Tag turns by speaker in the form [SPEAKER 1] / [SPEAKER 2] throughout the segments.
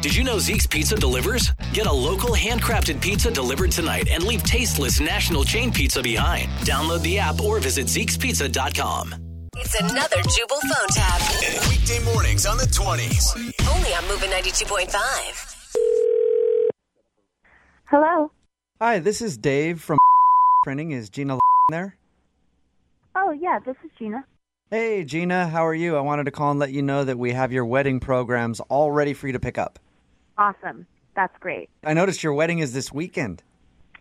[SPEAKER 1] Did you know Zeke's Pizza delivers? Get a local handcrafted pizza delivered tonight and leave tasteless national chain pizza behind. Download the app or visit Zeke'sPizza.com.
[SPEAKER 2] It's another Jubal phone tab.
[SPEAKER 3] Weekday mornings on the 20s.
[SPEAKER 2] Only on Moving 92.5.
[SPEAKER 4] Hello.
[SPEAKER 5] Hi, this is Dave from Printing. Is Gina there?
[SPEAKER 4] Oh, yeah, this is Gina.
[SPEAKER 5] Hey, Gina, how are you? I wanted to call and let you know that we have your wedding programs all ready for you to pick up.
[SPEAKER 4] Awesome. That's great.
[SPEAKER 5] I noticed your wedding is this weekend.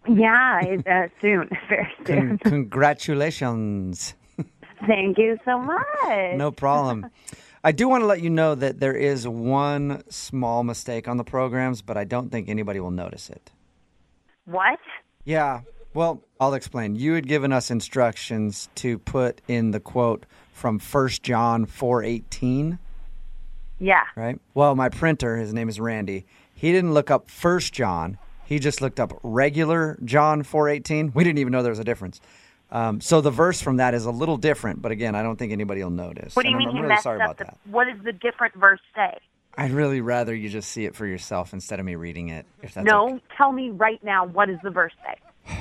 [SPEAKER 4] Yeah, it- uh, soon. Very
[SPEAKER 5] Con-
[SPEAKER 4] soon.
[SPEAKER 5] congratulations.
[SPEAKER 4] Thank you so much.
[SPEAKER 5] No problem. I do want to let you know that there is one small mistake on the programs, but I don't think anybody will notice it.
[SPEAKER 4] What?
[SPEAKER 5] Yeah. Well, I'll explain. You had given us instructions to put in the quote from 1 John 4:18,
[SPEAKER 4] Yeah.
[SPEAKER 5] right? Well, my printer, his name is Randy, he didn't look up 1 John. He just looked up regular John 4:18. We didn't even know there was a difference. Um, so the verse from that is a little different, but again, I don't think anybody will notice.
[SPEAKER 4] What do you
[SPEAKER 5] And
[SPEAKER 4] mean
[SPEAKER 5] I'm,
[SPEAKER 4] he
[SPEAKER 5] I'm really
[SPEAKER 4] messed
[SPEAKER 5] sorry
[SPEAKER 4] up
[SPEAKER 5] about
[SPEAKER 4] the.
[SPEAKER 5] that.
[SPEAKER 4] What does the different verse say?
[SPEAKER 5] I'd really rather you just see it for yourself instead of me reading it. If that's
[SPEAKER 4] no,
[SPEAKER 5] okay.
[SPEAKER 4] tell me right now, what does the verse say?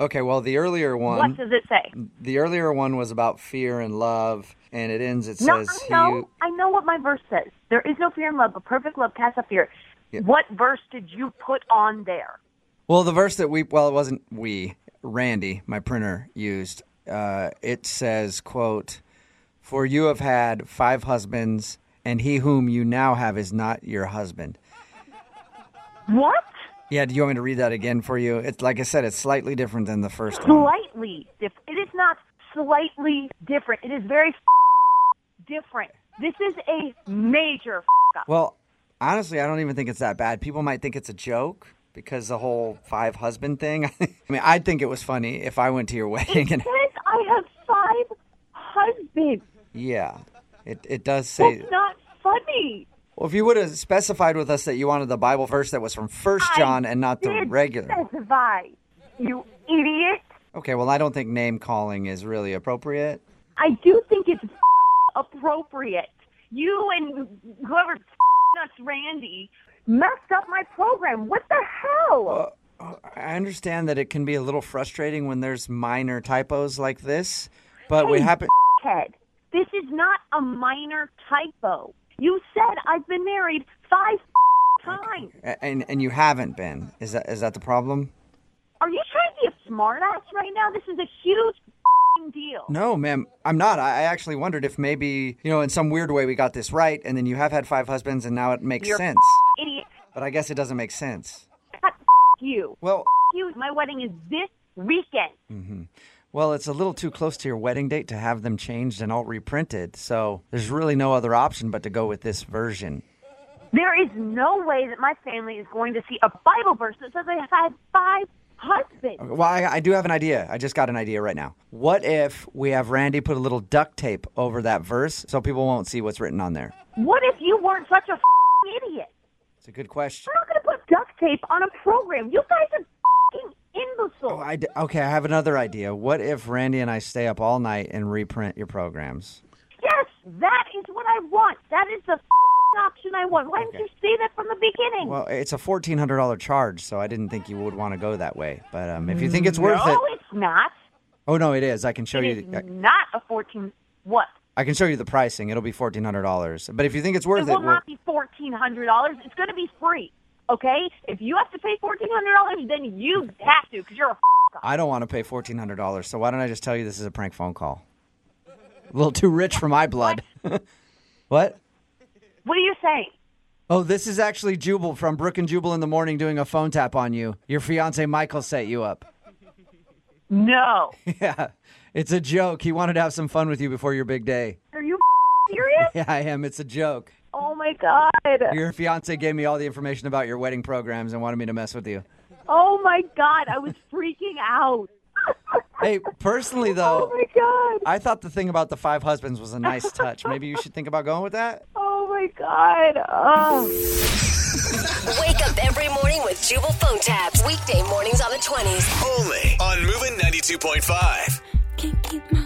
[SPEAKER 5] Okay, well, the earlier one,
[SPEAKER 4] What does it say?
[SPEAKER 5] the earlier one was about fear and love, and it ends. It
[SPEAKER 4] No,
[SPEAKER 5] says,
[SPEAKER 4] I know. I know what my verse says. There is no fear in love, but perfect love casts out fear. What verse did you put on there?
[SPEAKER 5] Well, the verse that we well, it wasn't we. Randy, my printer used. Uh, it says, "quote For you have had five husbands, and he whom you now have is not your husband."
[SPEAKER 4] What?
[SPEAKER 5] Yeah, do you want me to read that again for you? It's like I said, it's slightly different than the first one.
[SPEAKER 4] slightly different. It is not slightly different. It is very different. This is a major up.
[SPEAKER 5] Well, honestly, I don't even think it's that bad. People might think it's a joke because the whole five husband thing. I mean, I'd think it was funny if I went to your wedding. And
[SPEAKER 4] Yes, I have five husbands.
[SPEAKER 5] yeah, it it does say.
[SPEAKER 4] That's not funny.
[SPEAKER 5] Well, if you would have specified with us that you wanted the Bible verse that was from First John and not the
[SPEAKER 4] Did
[SPEAKER 5] regular.
[SPEAKER 4] specify, you idiot.
[SPEAKER 5] Okay, well, I don't think name calling is really appropriate.
[SPEAKER 4] I do think it's appropriate. You and whoever nuts Randy messed up my program. What the hell?
[SPEAKER 5] I understand that it can be a little frustrating when there's minor typos like this, but we happen.
[SPEAKER 4] Ted, this is not a minor typo. You said I've been married five times.
[SPEAKER 5] And, and you haven't been. Is that is that the problem?
[SPEAKER 4] Are you trying to be a smartass right now? This is a huge deal.
[SPEAKER 5] No, ma'am, I'm not. I I actually wondered if maybe, you know, in some weird way we got this right, and then you have had five husbands, and now it makes
[SPEAKER 4] You're
[SPEAKER 5] sense.
[SPEAKER 4] Idiot.
[SPEAKER 5] But I guess it doesn't make sense.
[SPEAKER 4] F- you.
[SPEAKER 5] Well,
[SPEAKER 4] F- you. My wedding is this weekend.
[SPEAKER 5] well, it's a little too close to your wedding date to have them changed and all reprinted. So there's really no other option but to go with this version.
[SPEAKER 4] There is no way that my family is going to see a Bible verse that says I have five husbands.
[SPEAKER 5] Well, I, I do have an idea. I just got an idea right now. What if we have Randy put a little duct tape over that verse so people won't see what's written on there?
[SPEAKER 4] What if you weren't such a f- idiot?
[SPEAKER 5] It's a good question.
[SPEAKER 4] We're not going to put duct tape on a program. You guys are f***ing imbeciles.
[SPEAKER 5] Oh, I d- okay, I have another idea. What if Randy and I stay up all night and reprint your programs?
[SPEAKER 4] Yes, that is what I want. That is the f***ing option I want. Why didn't you say that from the beginning?
[SPEAKER 5] Well, it's a fourteen hundred dollar charge, so I didn't think you would want to go that way. But um, if you think it's worth
[SPEAKER 4] no,
[SPEAKER 5] it,
[SPEAKER 4] it's not.
[SPEAKER 5] oh no, it is. I can show
[SPEAKER 4] It
[SPEAKER 5] you.
[SPEAKER 4] is
[SPEAKER 5] The,
[SPEAKER 4] not a 14. What?
[SPEAKER 5] I can show you the pricing. It'll be fourteen hundred dollars. But if you think it's
[SPEAKER 4] It
[SPEAKER 5] worth it,
[SPEAKER 4] will
[SPEAKER 5] we'll,
[SPEAKER 4] not be $1,400. It's going to be free. Okay? If you have to pay $1,400, then you have to because you're a f***er.
[SPEAKER 5] I don't want to pay fourteen hundred dollars. So why don't I just tell you this is a prank phone call? A little too rich for my blood. what?
[SPEAKER 4] What are you saying?
[SPEAKER 5] Oh, this is actually Jubal from Brook and Jubal in the morning doing a phone tap on you. Your fiance Michael set you up.
[SPEAKER 4] No.
[SPEAKER 5] Yeah, it's a joke. He wanted to have some fun with you before your big day.
[SPEAKER 4] Are you f***ing serious?
[SPEAKER 5] Yeah, I am. It's a joke.
[SPEAKER 4] Oh, my God.
[SPEAKER 5] Your fiance gave me all the information about your wedding programs and wanted me to mess with you.
[SPEAKER 4] Oh, my God. I was freaking out.
[SPEAKER 5] Hey, personally
[SPEAKER 4] Oh,
[SPEAKER 5] though,
[SPEAKER 4] my God.
[SPEAKER 5] I thought the thing about the five husbands was a nice touch. Maybe you should think about going with that.
[SPEAKER 4] Oh, my God. Oh.
[SPEAKER 2] Wake up every morning with Jubal phone tabs. Weekday mornings on the 20s.
[SPEAKER 3] Only on Moving 92.5.
[SPEAKER 6] Can't keep my